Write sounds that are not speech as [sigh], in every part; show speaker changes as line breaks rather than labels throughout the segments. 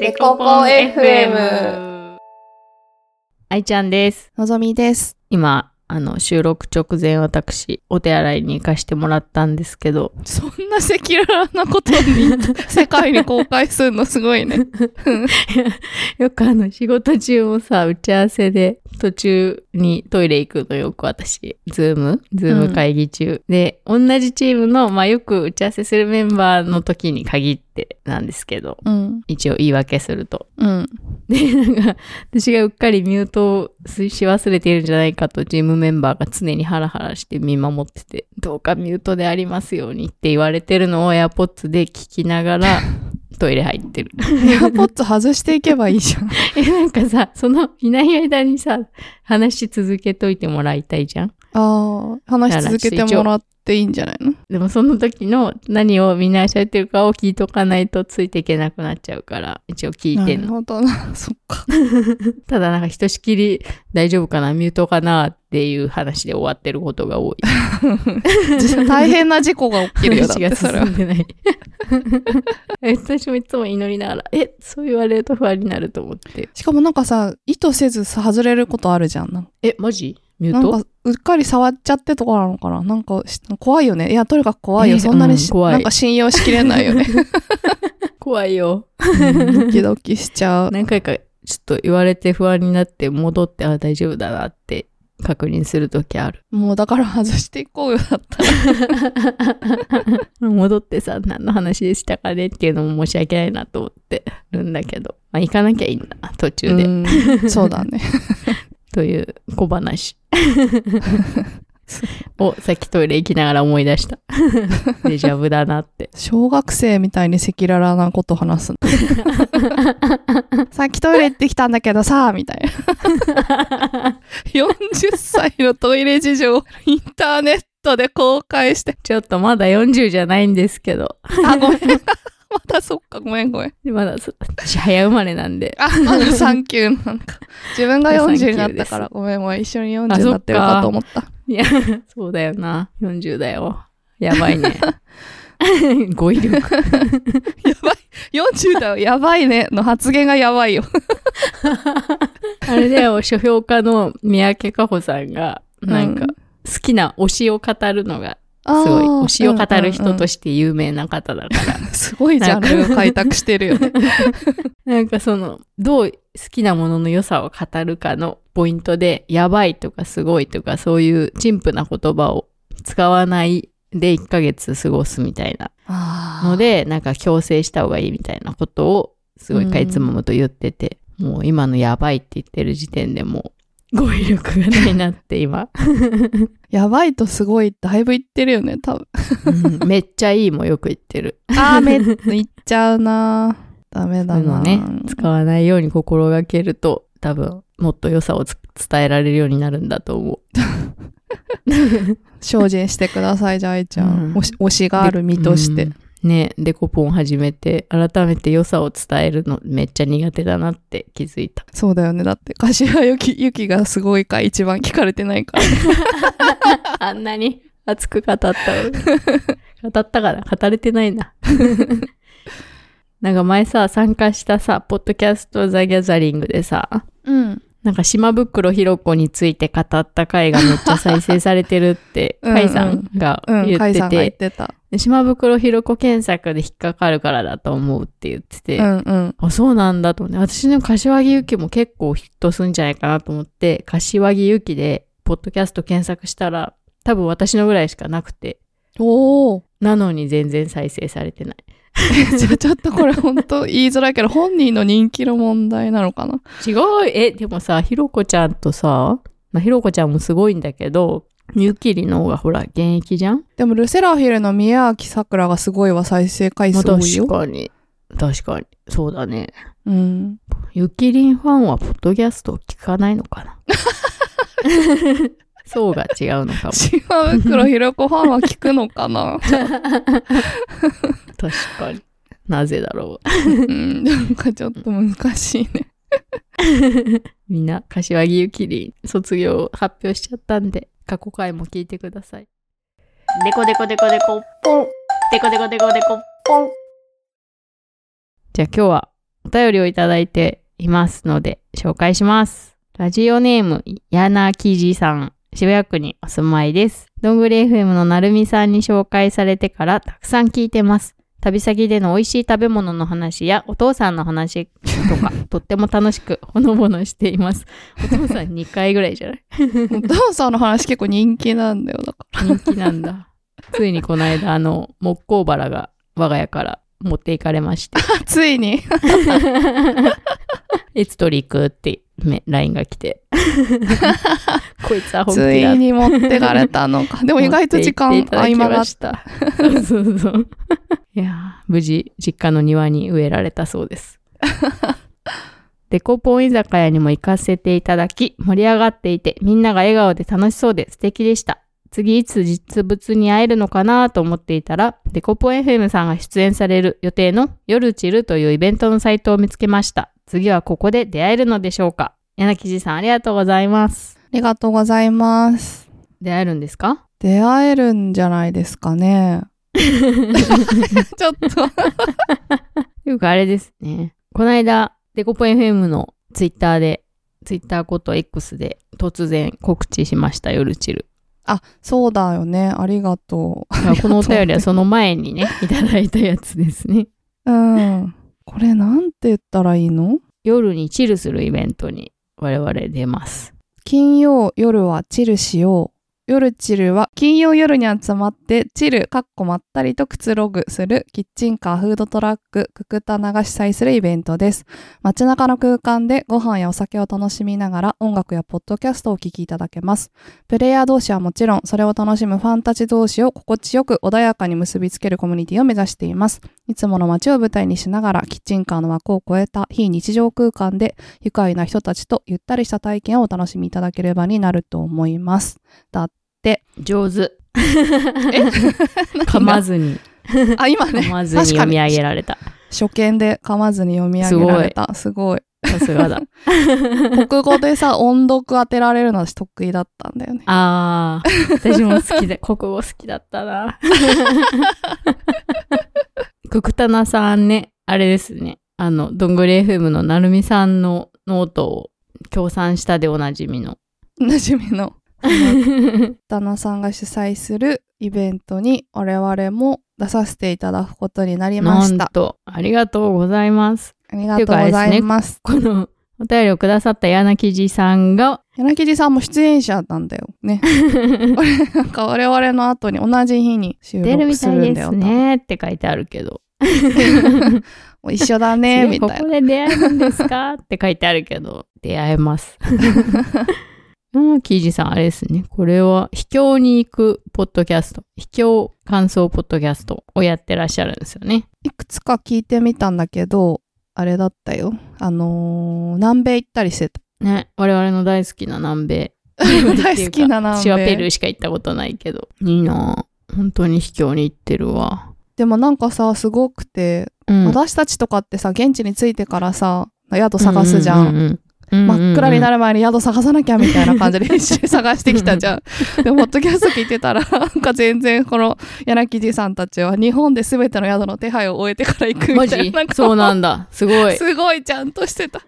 デコポン FM。
愛ちゃんです。
のぞみです。
今、あの、収録直前私、お手洗いに行かしてもらったんですけど、 [laughs]
そんな赤裸々なことに世界に公開するのすごいね。
よくあの、仕事中もさ、打ち合わせで、途中にトイレ行くのよく私、ズームズーム会議中。で、同じチームの、まあ、よく打ち合わせするメンバーの時に限ってなんですけど、
うん。
一応言い訳すると。
うん。
で、なんか、私がうっかりミュートをし忘れているんじゃないかと、チームメンバーが常にハラハラして見守ってて、どうかミュートでありますようにって言われてるのを AirPods で聞きながら、トイレ入ってる。 [laughs]
エアポッツ外していけばいいじ [laughs] ゃん。
え、なんかさ、その、いない間にさ、話し続けといてもらいたいじゃん。
ああ、話し続けてもらっていいんじゃないの
でもその時の何をみんな喋ってるかを聞いとかないとついていけなくなっちゃうから、一応聞い
な
てん
る
の。
ほどな。 [laughs] そっか。
ただなんかひとしきり大丈夫かなミュートかなっていう話で終わってることが多い。
大変な事故が起きるよ。だっ
話が
[laughs] てそれ
進
は。
んで [laughs] ない。私もいつも祈りながら、え、そう言われると不安になると思って。
しかもなんかさ、意図せずさ外れることあるじゃん。なんか
え、マジミュ
な
ー
ん
ト
かうっかり触っちゃってとかなのかななんかし怖いよね。いや、とにかく怖いよ。
ね
そんなにし、
うん怖い
なんか信用しきれないよ [laughs] ね。
怖いよ。
ドキドキしちゃう。
何回かちょっと言われて不安になって戻って、あ、大丈夫だなって確認するときある。
もうだから外していこうよ。だったら。
戻ってさ、何の話でしたかねっていうのも申し訳ないなと思ってるんだけど。まあ、行かなきゃいいんだな、途中で。
うんそうだ [laughs] ね。
という小話 [laughs] をさっきトイレ行きながら思い出 [laughs] した。デジャブだなって。
小学生みたいに赤裸々なこと話すの [laughs] さっきトイレ行ってきたんだけどさ、みたいな。40歳のトイレ事情、インターネットで公開して。
ちょっとまだ40じゃないんですけど。
あ、ごめん。まだそっか、ごめんごめん。
まだそ私早生まれなんで。
あ、まだ3級なんか。自分が40になったか
いや
ら、ごめんごめん。一緒に40
あそっか
になってるかと思った。
いや、そうだよな。40だよ。やばいね。 [laughs] 語彙力。
やばい。40だよ。やばいね。の発言がやばいよ。
[laughs] あれだよ、書評家の三宅佳穂さんが、なんか、好きな推しを語るのが、
す
すごい、推しを語る人と
し
して有名な方だから。
て。すごいジャンルを開拓してるよね。
なんかその、どう好きなものの良さを語るかのポイントで、やばいとかすごいとか、そういう陳腐な言葉を使わないで1ヶ月過ごすみたいなの
の、
で、なんか強制した方がいいみたいなことを、すごいかいつももと言ってて、もう今のやばいって言ってる時点でもう、語彙力がないなって今、
やばいとすごい、だいぶ言ってるよね、多分。
うん [laughs] めっちゃいいもよく言ってる。
[laughs] あー、めっ言っちゃうなダメ
そう
だ
いうの
な
ね、使わないように心がけると、多分、もっと良さをつ伝えられるようになるんだと思う。
精進してください、じゃあ、愛ちゃ。
うんん
推し推しがある身として。
うんねデコポン始めて改めて良さを伝えるのめっちゃ苦手だなって気づいた
そうだよね。だって、柏ゆき、ゆきがすごいか一番聞かれてないから。
あんなに熱く語ったのに [laughs] 語ったから語れてないな [laughs] なんか前さ参加したさポッドキャスト「ザ・ギャザリング」でさ
うん。
なんか島袋ひろ子について語った回がめっちゃ再生されてるって
[laughs] うんうん
甲斐さんが
う
言
ん、
っ
カイ
て
さんが言っててた。
「島袋ひろ子検索で引っかかるからだと思う」って言ってて、
うんうん。
あ、そうなんだと思って、私の柏木由紀も結構ヒットするんじゃないかなと思って、柏木由紀で、ポッドキャスト検索したら、多分私のぐらいしかなくて、
おお。
なのに全然再生されてない。
[laughs] じゃあちょっとこれ本当言いづらいけど、本人の人気の問題なのかな。
違うえ、でもさ、ひろこちゃんとさ、まあ、ひろこちゃんもすごいんだけど、ゆきりの方がほら、現役じゃん
でも、ルセラフィルの宮脇さくらがすごいは再生回
まあ
数多い
確
よ。
かに。確かに。そうだね。
うん。
ゆきりんファンは、ポッドキャストを聞かないのか [laughs] な層が違うのかも。
島袋ひろ子ファンは聞くのかな
確かに。なぜだろう。
うん、なんかちょっと難しいね。
みんな、柏木ゆきりん卒業を発表しちゃったんで、過去回も聞いてください。
デコデコデコデコポン。デコデコデコデコポン。
じゃあ今日はお便りをいただいていますので、紹介します。ラジオネーム、ヤナキジさん。渋谷区にお住まいです。どんぐり FM のなるみさんに紹介されてからたくさん聞いてます。旅先での美味しい食べ物の話やお父さんの話とか、とっても楽しくほのぼのしています。お父さん2回ぐらいじゃない
お父さんの話結構人気なんだよ。だか
人気なんだ。ついにこの間、あの、木工バラが我が家から持っていかれまして、
らついに。
いつ取り行くってめ LINE が来て。こいつは本気だ
ついに持ってかれたのか。でも意外と時間合間があっ
した。 [laughs] そうそうそう。いやー無事、実家の庭に植えられたそう [laughs] です。デコポン居酒屋にも行かせていただき、盛り上がっていて、みんなが笑顔で楽しそうで素敵でした。次いつ実物に会えるのかなと思っていたら、デコポン FM さんが出演される予定の夜チルというイベントのサイトを見つけました。次はここで出会えるのでしょうか柳地さんありがとうございます。
ありがとうございます。
出会えるんですか
出会えるんじゃないですかね。ちょっと。
よくあれですね。この間、デコポ FM のツイッターで、ツイッターこと X で突然告知しました、夜チル。
あ、そうだよね。ありがと
だからこのお便りはその前にね、 [laughs] いただいたやつですね。
う。うん。これなんて言ったらいいの
夜にチルするイベントに我々出ます。
金曜夜はチルしよう。夜チルは金曜夜に集まってチル、かっこまったりとくつろぐするキッチンカー、フードトラック、ククタナが主催するイベントです。街中の空間でご飯やお酒を楽しみながら音楽やポッドキャストをお聴きいただけます。プレイヤー同士はもちろん、それを楽しむファンたち同士を心地よく穏やかに結びつけるコミュニティを目指しています。いつもの街を舞台にしながらキッチンカーの枠を超えた非日常空間で愉快な人たちとゆったりした体験をお楽しみいただければになると思い
[laughs]
ます。
上手。
え
[laughs] 噛まずに、
あ、今ね
噛、まずに
確か
読み
に
上げられた。
初見で噛まずに読み上げられた。すごい。
さすがだ。
国語
[laughs]
でさ、音読当てられるのは私得意だったんだよね。
あー、私も好きで、国語好きだったな。ククタナさんね、あれですね。あの、どんぐり FM のなるみさんのノートを協賛したでおなじみの。
おなじみの。旦那さんが主催するイベントに我々も出させていただくことになりま
な
し
ん
た。
と、ありがとうございます。
ありがとうございます。
このお便りをくださった柳木じさんが、
柳地さんも出演者なんだよ
[laughs]
ね。なんか我々の後に同じ日に収
出る
録
み
す
た
る
い
ん
で
だ
す
よ。
ねって書いてあるけど。
もう一緒
[laughs]
だね、み
次こ
たい
こ
な。
で出会えるんですかって書いてあるけど、 [laughs] 出会えます。うん、キージさん、あれですね。これは、秘境に行くポッドキャスト、秘境感想ポッドキャストをやってらっしゃるんですよね。
いくつか聞いてみたんだけど、あれだったよ。あのー南米行ったり
[laughs]
してた。 [laughs]
ね、我々の大好きな南米。
大好きな南
私
米
はペルーしか行ったことないけど。いいなぁ本当に秘境に行ってるわ。
でもなんかさ、すごくて、
うん。
私たちとかってさ、現地に着いてからさ、宿探すじゃん。真っ暗にな
る。
る前に宿探さなきゃみたいな感じで必死に探してきたじゃん。で、ポッドキャスト聞いてたら、なんか全然この柳木じさんたちは日本で全ての宿の手配を終えてから行く
マ
みた
ジ
いな。なんか
そうなんだ。す
[laughs]
ごい。
すごいちゃんとしてた。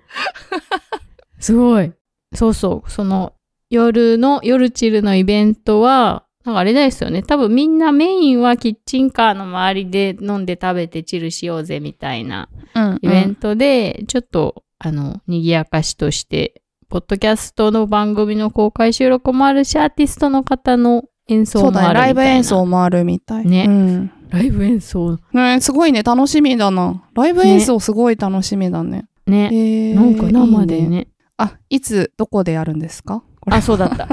すごい。そうそう。その、夜の、夜チルのイベントは、なんかあれですよね。多分みんなメインはキッチンカーの周りで飲んで食べてチルしようぜみたいな
うん
イベントで、ちょっと、あの、賑やかしとして、ポッドキャストの番組の公開収録もあるし、アーティストの方の演奏も
そ
あるみ
う
た
だね。
いな。
ライブ演奏。もあるみたい。
ね
うん
ライブ演奏。
ねすごいね。楽しみだな。ライブ演奏すごい楽しみだね。
ね。
えー
なんか生で
いい
ね
あ、いつ、どこでやるんですかこれ
あ、そうだ
[laughs]
った。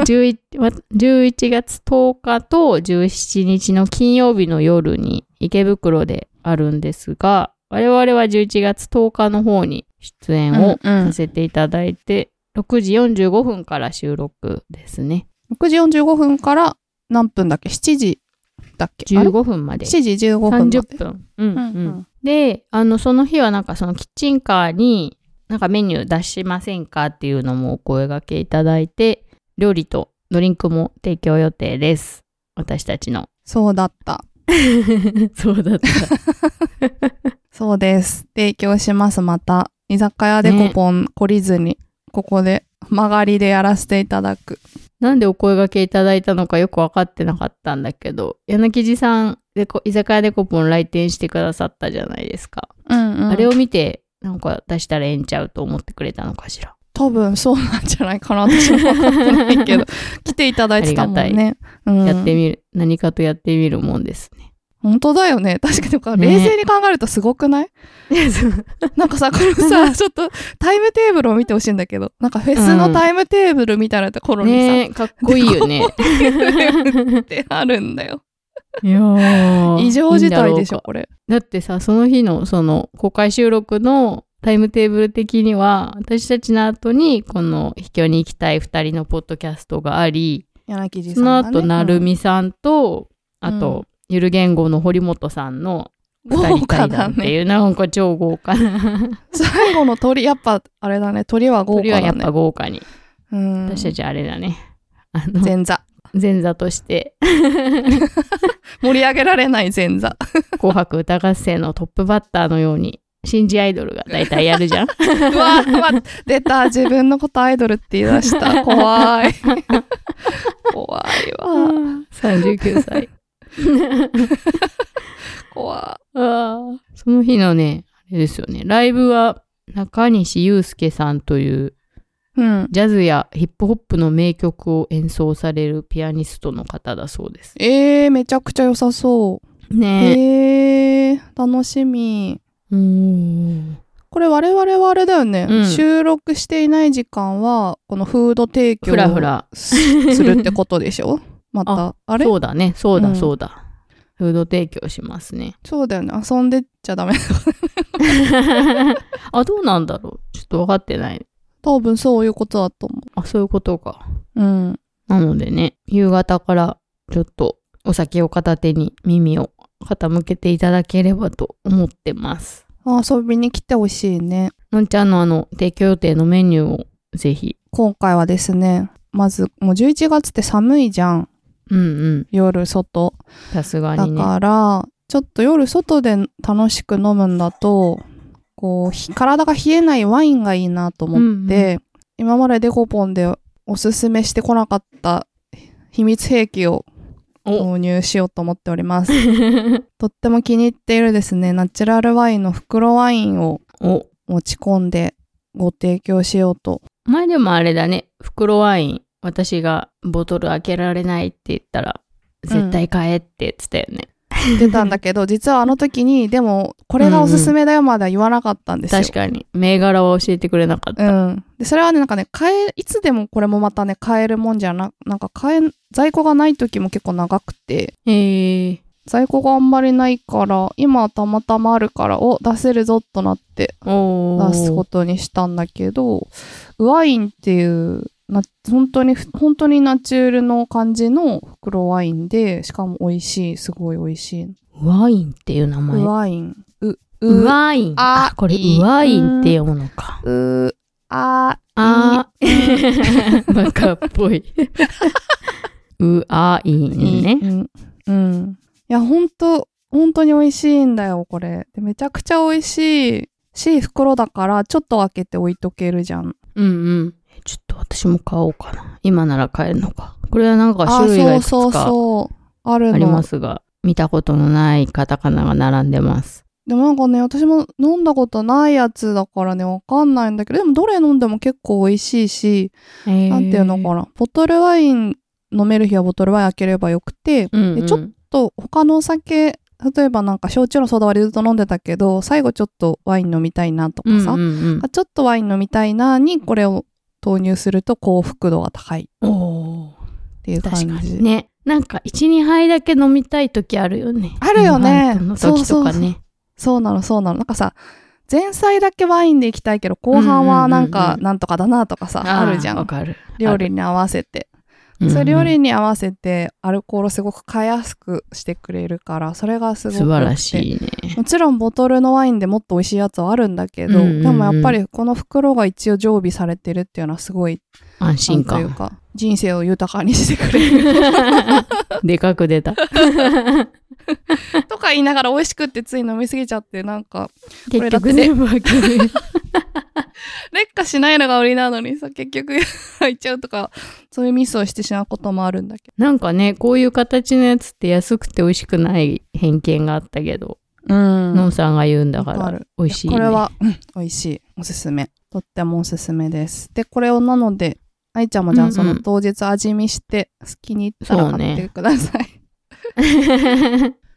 11, わ11月10日と17日の金曜日の夜に池袋であるんですが、我々は11月10日の方に出演を
うんうん
させていただいて、6時45分から収録ですね。
6時45分から何分だっけ ?7 時だっけあれ
15分まで。
7時15分まで。
30分。うん
う
うん
うん
んで、あの、その日はなんかそのキッチンカーになんかメニュー出しませんかっていうのもお声掛けいただいて、料理とドリンクも提供予定です。私たちの。
[laughs] そうだった。
そうだった。
そうです。提供します、また。居酒屋でコポン懲りずに、ここで曲がりでやらせていただく。
[laughs] なんでお声掛けいただいたのかよく分かってなかったんだけど、柳地さんでこ居酒屋でコポン来店してくださったじゃないですか。
うん、うん。
あれを見て、なんか出したらええんちゃうと思ってくれたのかし
[laughs]
ら。
多分そうなんじゃないかな。私も分かってな
[laughs]
いけど。来ていただいてたもん
あり
ね。うん、
やってみる、何かとやってみるもんです
[laughs]
ね。
本当だよね。確かにこれ、
ね
冷静に考えるとすごくない、なんかさ、こ
[laughs]
れさ、ちょっとタイムテーブルを見てほしいんだけど、なんかフェスのタイムテーブルみたいなところにさ、
ねえ、かっこいいよね。
[laughs] ってあるんだよ。
[laughs] いやー
異常事態でし
いいんだろう
ょ、
か
これ。
だってさ、その日のその公開収録のタイムテーブル的には、私たちの後にこの秘境に行きたい二人のポッドキャストがあり、
柳木
そ
さん
の
がね、
後、なるみさんと、あ
う
と、ゆる言語の堀本さんの
うん、
二
豪
人
華
対
だ
談って
ね。
いう、なんか超豪華な。
最後の鳥、やっぱ、あれだね、鳥は豪華
鳥はや
だ
っぱ
ね。
豪華に。
うん
私たちあれだね。あの、
前座。
前座として、
盛り上げられない
[laughs]
前座。
紅白歌合戦のトップバッターのように、新人アイドルが大体やるじゃん。
うわ、うわ出た。自分のことアイドルって言い出した。
[laughs]
怖い。怖いわ。
39歳。 [laughs]
怖
ああその日のね、あれですよね、ライブは中西祐介さんという
い。うん。
ジャズやヒップホップの名曲を演奏されるピアニストの方だそうです。
えー、めちゃくちゃ良さそう。
ねえ。
へえ楽しみ。
うーん。
これ我々はあれだよね、
うん
収録していない時間はこのフード提供
ふらふら。
すす [laughs] るってことでしょまたあれそ
そううだね、そう
う
だ
ん
そうだ。フード提供しますね。
だよね遊んでっちゃダメ [laughs]
あ、どうなんだろう。ちょっと分かってない。
多分そういうことだと思
あ、そういうことか。
ううん
なのでね、夕方からちょっとお酒を片手に耳を傾けていただければと思ってます。
遊びに来てほしいね
のんちゃんのあの提供予定のメニューをぜひ。
今回はですねまずもう11月って寒いじゃん
うんうん。
夜外
さすが
だ
にね。
からちょっと夜外で楽しく飲むんだとこうひ体が冷えないワインがいいなと思って、今までデコポンでおすすめしてこなかった秘密兵器を
お
購入しようと思ってお
[laughs]
りますとっても気に入っているですねナチュラルワインの袋ワインを
お
持ち込んでご提供しようと
前でもあれだね。袋ワイン。私がボトル開けられないって言ったら、
ん
絶対買えって言ってたよね。
言ってたんだけ
[laughs]
ど実はあの時にでもこれがおすすめだよまでは言わなかったんですよ、
確かに。銘柄は教えてくれなかった。
うん。で、それはね、なんかね、買え、いつでもこれもまたね、買えるもんじゃな、なんか買え、在庫がない時も結構長くて、
えー。
在庫があんまりないから、今はたまたまあるから、お、出せるぞとなって
おー
出すことにしたんだけど、ワインっていう、な本当に、本当にナチュールの感じの袋ワインで、しかも美味しい、すごい美味しい。
ワインっていう名前。
ワイン、う、
う
う、
わいん。
あ
あ、これ、
いう
わいんって読むのか。
う、あ、
あー、バカっぽ [laughs] い。うあいんね。
うん。うん。いや、ほんと、本当に美味しいんだよ、これ。でめちゃくちゃ美味しいし、袋だから、ちょっと開けて置いとけるじゃん。
うんうん。ちょっと私も買おうかな。今なら買えるのか。これはなんか種類が
そ
いうくつ
そう
か
そう。あるの。
ありますが、見たことのないカタカナが並んでます。
でもなんかね、私も飲んだことないやつだからね、わかんないんだけど、でもどれ飲んでも結構美味しいし、
な
なんていうのかな。ボトルワイン飲める日はボトルワイン開ければよくて、
な。うん、う
で
ん。
ちょっと他のお酒、例えばなんか焼酎のソダ割りずっと飲んでたけど、最後ちょっとワイン飲みたいなとかさ、
うんうん
あちょっとワイン飲みたいなにこれを投入すると幸福度が高いっ
うん、おー
ていう感
確
じ
かにね。なんか、1、2杯だけ飲みたい時あるよね。
あるよね
飲み会の時とかね。
そうなのそうなのなんかさ前菜だけワインでいきたいけど後半はな
うん
ん
うん
か
うんう
なんとかだなとかさ、あるじゃ
ーわ
ん
かる。
料理に合わせて
うんうん
そう料理に合わせてアルコールをすごく買いやすくしてくれるからそれがすごく
素晴ら
い
しいね。
もちろんボトルのワインでもっと美味しいやつはあるんだけど、
うんうんうん
でもやっぱりこの袋が一応常備されてるっていうのはすごい
安心
なんという
感。
か、人生を豊かにしてくれる
でかく出
[laughs]
た。
とか言いながら美味しくってつい飲みすぎちゃって、なんか、
結局全部開ける。
劣化しないのが売りなのにさ、結局 [laughs] 入っちゃうとか、そういうミスをしてしまうこともあるんだけ
なんかね、こういう形のやつって安くて美味しくない偏見があったけど、
ど。うん
ノンさんが言うんだから
わかる、
美味しい、ね。
これ
[laughs]
は、うん、美味しい。おすすめ。とってもおすすめです。で、これをなので、愛ちゃんもじゃ
うん
あ
うん
その当日味見して、好きに入ったら買ってください。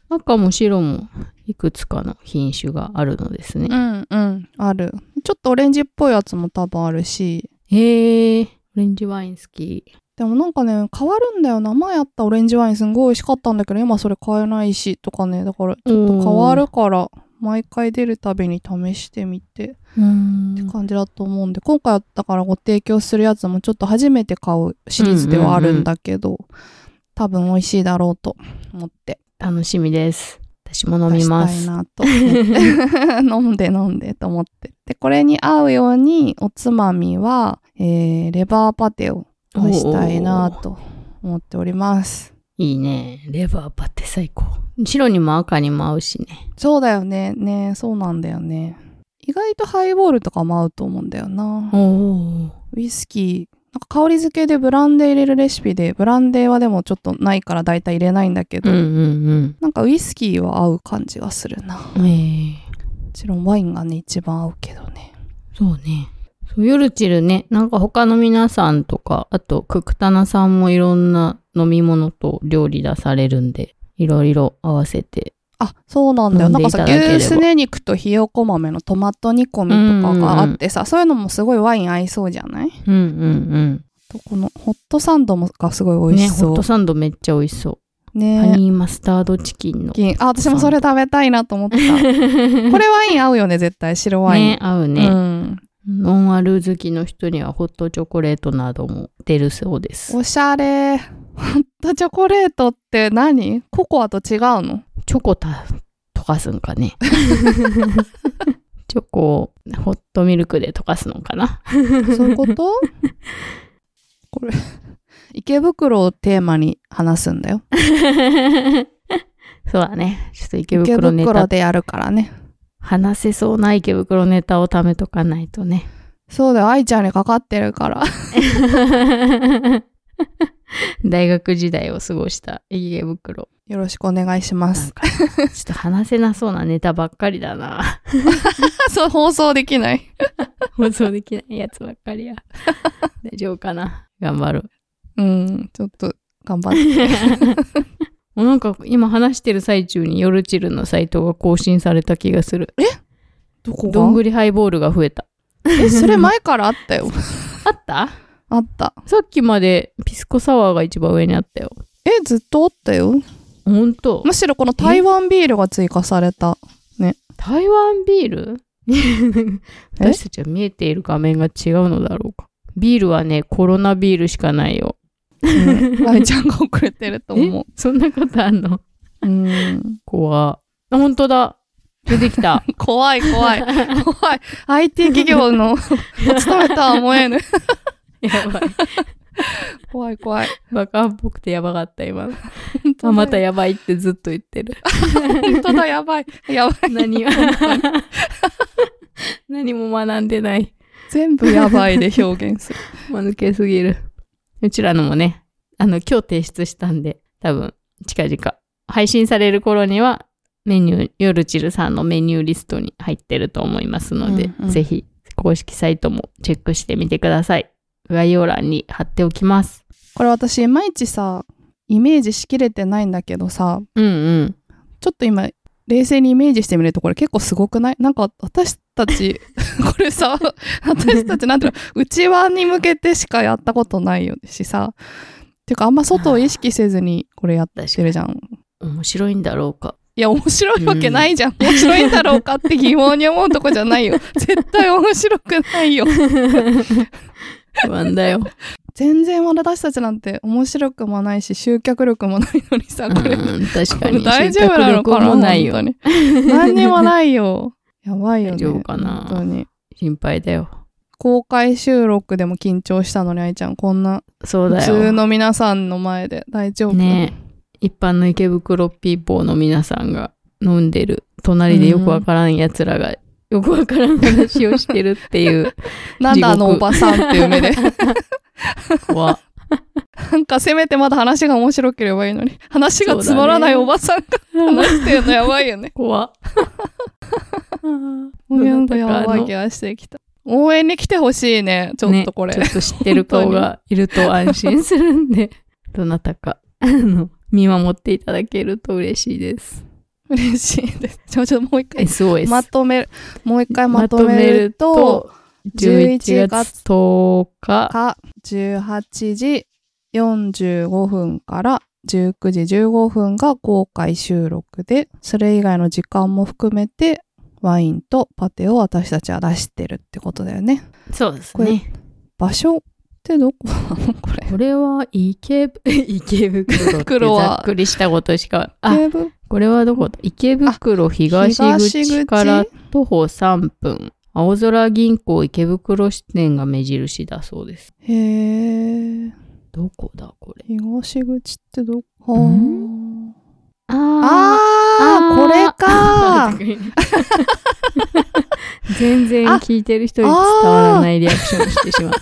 赤も白もいくつかの品種があるのですね。
うんうん。ある。ちょっとオレンジっぽいやつも多分あるし、
へえ、オレンジワイン好き。
でもなんかね、変わるんだよな。前あったオレンジワインすんごい美味しかったんだけど、今それ買えないし、とかね。だから、ちょっと変わるから、毎回出るたびに試してみて。
うん
って感じだと思うんで、今回あったからご提供するやつもちょっと初めて買うシリーズではあるんだけど、多分美味しいだろうと思って
楽しみです。私も飲
出
み
した
ま
い
す。
なと [laughs] 飲んで飲んでと思ってでこれに合うようにおつまみは、えーレバーパテを出したいなと思っております
いいね。レバーパって最高。白にも赤にも合うしね。
そうだよねねそうなんだよね意外とハイボールとかも合うと思うんだよな
おお。
ウイスキー、なんか香り付けでブランデー入れるレシピで、ブランデーはでもちょっとないから大体入れないんだけ
う
ど、
んうん
なんかウイスキーは合う感じがするな。も
うん。ええ
ちろんワインがね、一番合うけどね。
そうね。そう、ヨルチルね、なんか他の皆さんとか、あと、ククタナさんもいろんな飲み物と料理出されるんで、いろいろ合わせて。
あ、そうなんだよ。
飲ん
なん
でい
か
ただ
さ、
ければ
牛すね肉とひよこ豆のトマト煮込みとかがあってさ、そういうのもすごいワイン合いそうじゃない
うんうん
と、このホットサンドもがすご
う
い
ん。
美
ね、
味し
ホ
そ
ッ
う
ト。サンドめっちゃ美味しそう。ハ
ね
ニーマスタードチキン
[laughs]
の。
あ、私もそれ食べたいなと思
[laughs]
ってた。これワイン合うよね、絶対。白ワイン。
ね、合う
う
ね、
ん。
ノンアル好きの人にはホットチョコレートなども出るそうです。
おしゃれ。ホットチョコレートって何ココアと違うの
チョコた溶かすんか
[laughs]
ね。チョコをホットミルクで溶かすのかな。
そういうこと [laughs] これ、池袋をテーマに話すんだよ。
[laughs] そうだね。ちょっと池
池
袋ネ
袋
タ、
でやるからね。
話せそうな池袋ネタを貯めとかないと
[laughs]
ね。
そうだよ、愛ちゃんにかかってるから。
大学時代を過ごした池袋。
よろしくお願いしま
なん
す。
か、ちょっと話せなそうなネタばっかりだ
[laughs]
な。
[laughs] そう、放送できない。
放送できないやつばっかりや。大丈夫かな頑張る。
[laughs] うん、ちょっと頑張って。
もうなんか今話してる最中に夜チルのサイトが更新された気がする。
どこ
どんぐりハイボールが増えた。
[laughs] え、それ前からあったよ。
あった
あった。
さっきまでピスコサワーが一番上にあったよ。
え、ずっとあったよ。
ほんと
むしろこの台湾ビールが追加された。
台湾ビー [laughs] ル私たちは見えている画面が違うのだろうか。ビールはね、コロナビールしかないよ。
[laughs] うん愛ちゃんが遅れてると思
えそんなことあんの
う。うん。
怖あ、ほんとだ。出てきた。
怖い怖 [laughs] い。怖い。IT 企業 [laughs] のお勤めとは思え [laughs] ぬ。
[laughs] やばい。
怖い怖い。
バカっぽくてやばかった、今。あ、またやばいってずっと言ってる。
本当だ、やばい。やばい。
[laughs] 何は [laughs] 何も学んでない。
全部やばいで表現する。
間抜けすぎる。うちらのもね、あの、今日提出したんで、多分、近々。配信される頃には、メニュー、ヨルチルさんのメニューリストに入ってると思いますので、
うんうん
ぜひ、公式サイトもチェックしてみてください。概要欄に貼っておきます。
これ私、いまいちさ、イメージしきれてないんだけどさ、
うんうん。
ちょっと今、冷静にイメージしてみるとこれ結構すごくないなんか私た [laughs] ち、これさ、私たちなんていうの、内輪に向けてしかやったことないよしさ、ていうかあんま外を意識せずにこれやってるじゃん。
面白いんだろうか。
いや、面白いわけないじゃん。面白いんだろうかって疑問に思うとこじゃないよ。 [laughs] 絶対面白くないよ。
不安だ
[laughs]
よ。
全然私たちなんて面白くもないし、集客力もないのにさ、
うん
これ。
確
こ
か
れ
に。
大丈夫なの
集
か
客
な
力もないよ。
本当に何にもないよ。やばいよね。
大丈夫かな
本当に。
心配だよ。
公開収録でも緊張したのに、愛ちゃん、こんな
そう
普
だよ。
通の皆さんの前で大丈夫、
ね一般の池袋ピーポーの皆さんが飲んでる隣でよくわからん奴らが、よくわからん話をしてるっていう、
なんだあ
地獄
のおばさんっていう目で。
[laughs] 怖
なんかせめてまだ話が面白ければいいのに、話がつまらないおばさんが話してるのやばいよね。
[laughs] 怖
もうなんか
ど
や
なたかの [laughs]
ばい気がしてきた。応援に来てほしいね、ちょっとこれ。
ねちょっと知ってる顔がいると安心するんで、 [laughs] どなたか、あの、見守っていただけると嬉しいです。
嬉しいです。ちょ、ちょ、もう一回。
SOS。
まとめる、もう一回まとめると、
と、11
11
月10日、
か、18時45分から19時15分が公開収録で、それ以外の時間も含めて、ワインとパテを私たちは出してるってことだよね。
そうです
これ
ね。
場所ってどこ [laughs] なのこれ。
これは池、池袋って
袋は
ざっくりしたことしか、あ、
警部
これはどこだ池袋東口から徒歩3分。青空銀行池袋支店が目印だそうです。
へー。
どこだこれ。
東口ってどこ
んあー
あー、これか。
[laughs] 全然聞いてる人に伝わらないリアクションしてしまった。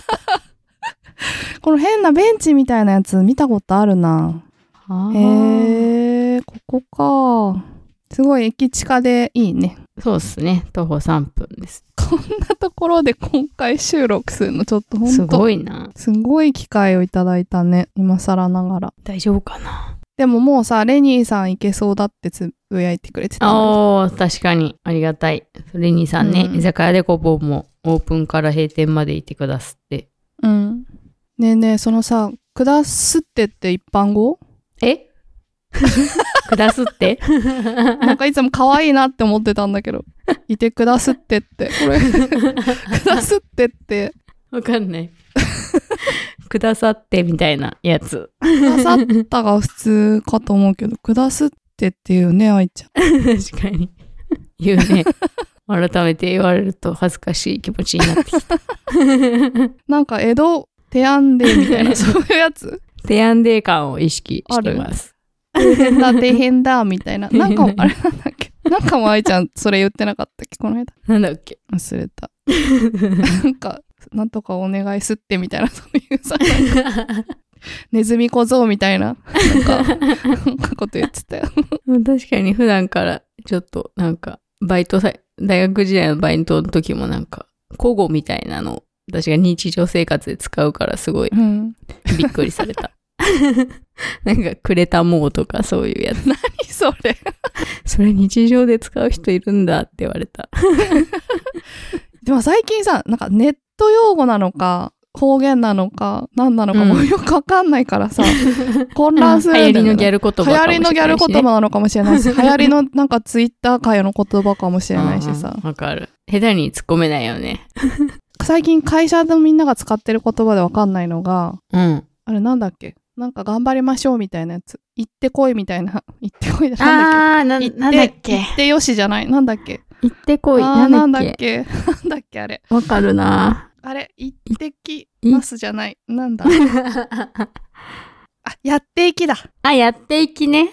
この変なベンチみたいなやつ見たことあるな。
あー
へえ、ここか。すごい駅近でいいね。 [laughs]
そうっすね。徒歩3分です。
こんなところで今回収録するのちょっとほんと。
すご
い。
いな。
すごい機会をいただいたね。今更ながら。
大丈夫かな
でももうさ、レニーさん行けそうだってつぶやいてくれてたんだけど。
ああ、確かに。ありがたい。レニーさんね、
うん
居酒屋でこぼうもオープンから閉店までいてくだすって。
うん。ねえねえ、そのさ、下すってって一般語
[laughs] え下すって
なんかいつも可愛いなって思ってたんだけど。いてくだすってって。これ、くだすってって。
わかんない。 [laughs] くださってみたいなやつ。
くださったが普通かと思うけど、くだすってっていうね、愛ちゃん。
[laughs] 確かに。言うね。改めて言われると恥ずかしい気持ちになってきた。
なんか江戸、手編んでみたいな、そういうやつ。
[laughs] 提案デー感を意識してます。
大変だ、大変だ、みたいな。なんかも、あれなんだっけ。なんかも愛ちゃん、それ言ってなかったっけ、この間。
なんだっ [laughs] け。
忘れた。なんか、なんとかお願いすってみたいな、そういうさ、ネズミ小僧みたいな、なんか、なんかこと言ってたよ。
確かに普段からちょっとなんか、バイトさ、大学時代のバイトの時もなんか、古語みたいなのを私が日常生活で使うからすごい
うん。
びっくりされ [laughs] た。なんか、くれたもうとかそういうやつ。
それ。
それ日常で使う人いるんだって言われた。
でも最近さ、なんかネット用語なのか、方言なのか、何なのか
うん
もうよくわかんないから [laughs] さ、混乱するん
流
だ
行
よね
りのギャル言葉かもし
流
れないし、
行
ね。
りのギャル言葉なのかもしれないし、流行りのなんかツイッター界の言葉かもし
じ
れないしさ、
わかる。下手に突っ込めないよね。
最近会社のみんなが使ってる言葉でわかんないのが、
うん。
あれなんだっけなんか頑張りましょうみたいなやつ。行ってこいみたいな。行ってこいだ。なんだっ
あー、な
け
ん
行って
なんだっけ
行ってよしじゃない。なんだっけ
行ってこい。
あー
な
なん
ん
だ
だっ
っ
け
け [laughs] なんだっけあれ。
わかる
[laughs]
な
あれ、行ってきますじゃない。なんだあ、やっていき
[laughs]
だ。
あ、やっていきね。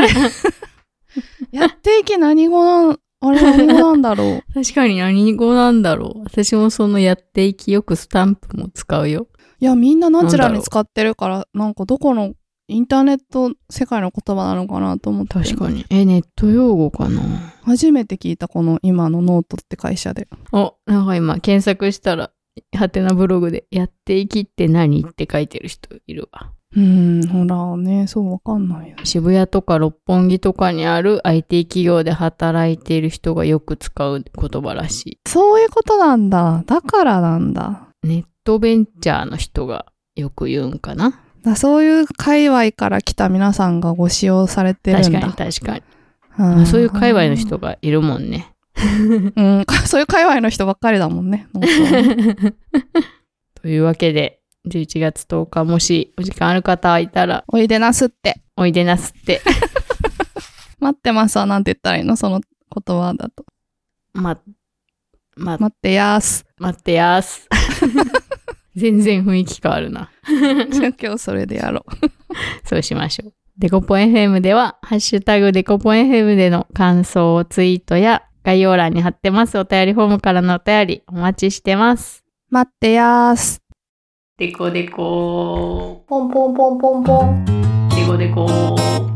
[laughs]
れやっていき何語なん、あれ何語なん
[laughs]
だろう。
確かに何語なんだろう。私もそのやっていきよくスタンプも使うよ。
いや、みんなナチュラルに使ってるから、なんかどこのインターネット世界の言葉なのかなと思って。
確かに。え、ネット用語かな。
初めて聞いたこの今のノートって会社で。
お、なんか今検索したら、ハテナブログで、やっていきって何って書いてる人いるわ。
うーん、ほらね、そうわかんないよ。
渋谷とか六本木とかにある IT 企業で働いている人がよく使う言葉らし
そういうことなんだ。だからなんだ。
い。ネットベンチャーの人がよく言うんかな。
だそういう界隈から来た皆さんがご使用されてる
確
ん
か
だ。
に確かに。
うん
あそういう界隈の。人がいるもんね。
うん、そういう界隈の人ばっかりだもんね。ノートはね
[laughs] というわけで、11月10日もしお時間ある方いたら、
おいでなすって。
おいでなすって。
待ってますはなんて言ったらいいのその言葉だと。
ま、ま、
待ってやーす。 [laughs]
待ってやーす。全然雰囲気変わるな。
じゃあ今日それでやろう。
そうしましょう。デコポン FM では、ハッシュタグデコポン FM での感想をツイートや、概要欄に貼ってますお便りフォームからのお便りお待ちしてます。
待ってやーす。
デコデコ
ポンポンポンポンポン。
デコデコ